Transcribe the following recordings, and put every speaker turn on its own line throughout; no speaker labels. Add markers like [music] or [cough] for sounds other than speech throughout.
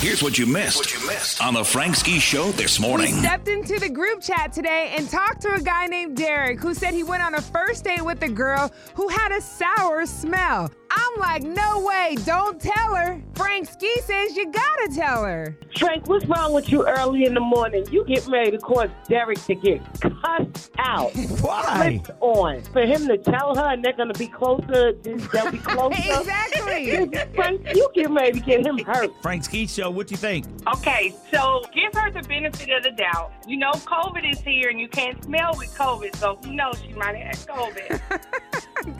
Here's what you missed, on the Frank Ski Show this morning.
We stepped into the group chat today and talked to a guy named Derek who said he went on a first date with a girl who had a sour smell. I'm like, no way, don't tell her. Frank Ski says you gotta tell her.
Frank, what's wrong with you early in the morning? You get ready to cause Derek to get cussed out.
Why?
Flipped on. For him to tell her and they're going to be closer, they'll be closer.
Exactly.
Frank, you get ready to get him hurt.
Frank Ski Show, what you think?
Okay, so give her the benefit of the doubt. You know, COVID is here and you can't smell with COVID, so who knows? She might have had COVID.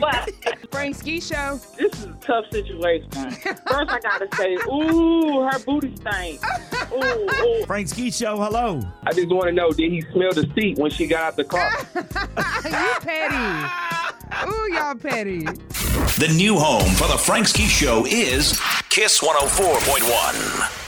but
[laughs] Frank Ski Show.
This is a tough situation. First, I got to say, ooh, her booty stank. Ooh, ooh.
Frank Ski Show, hello.
I just want to know, did he smell the seat when she got out the car?
you petty. Ooh, y'all petty.
oh The new home for the Frank Ski Show is Kiss 104.1.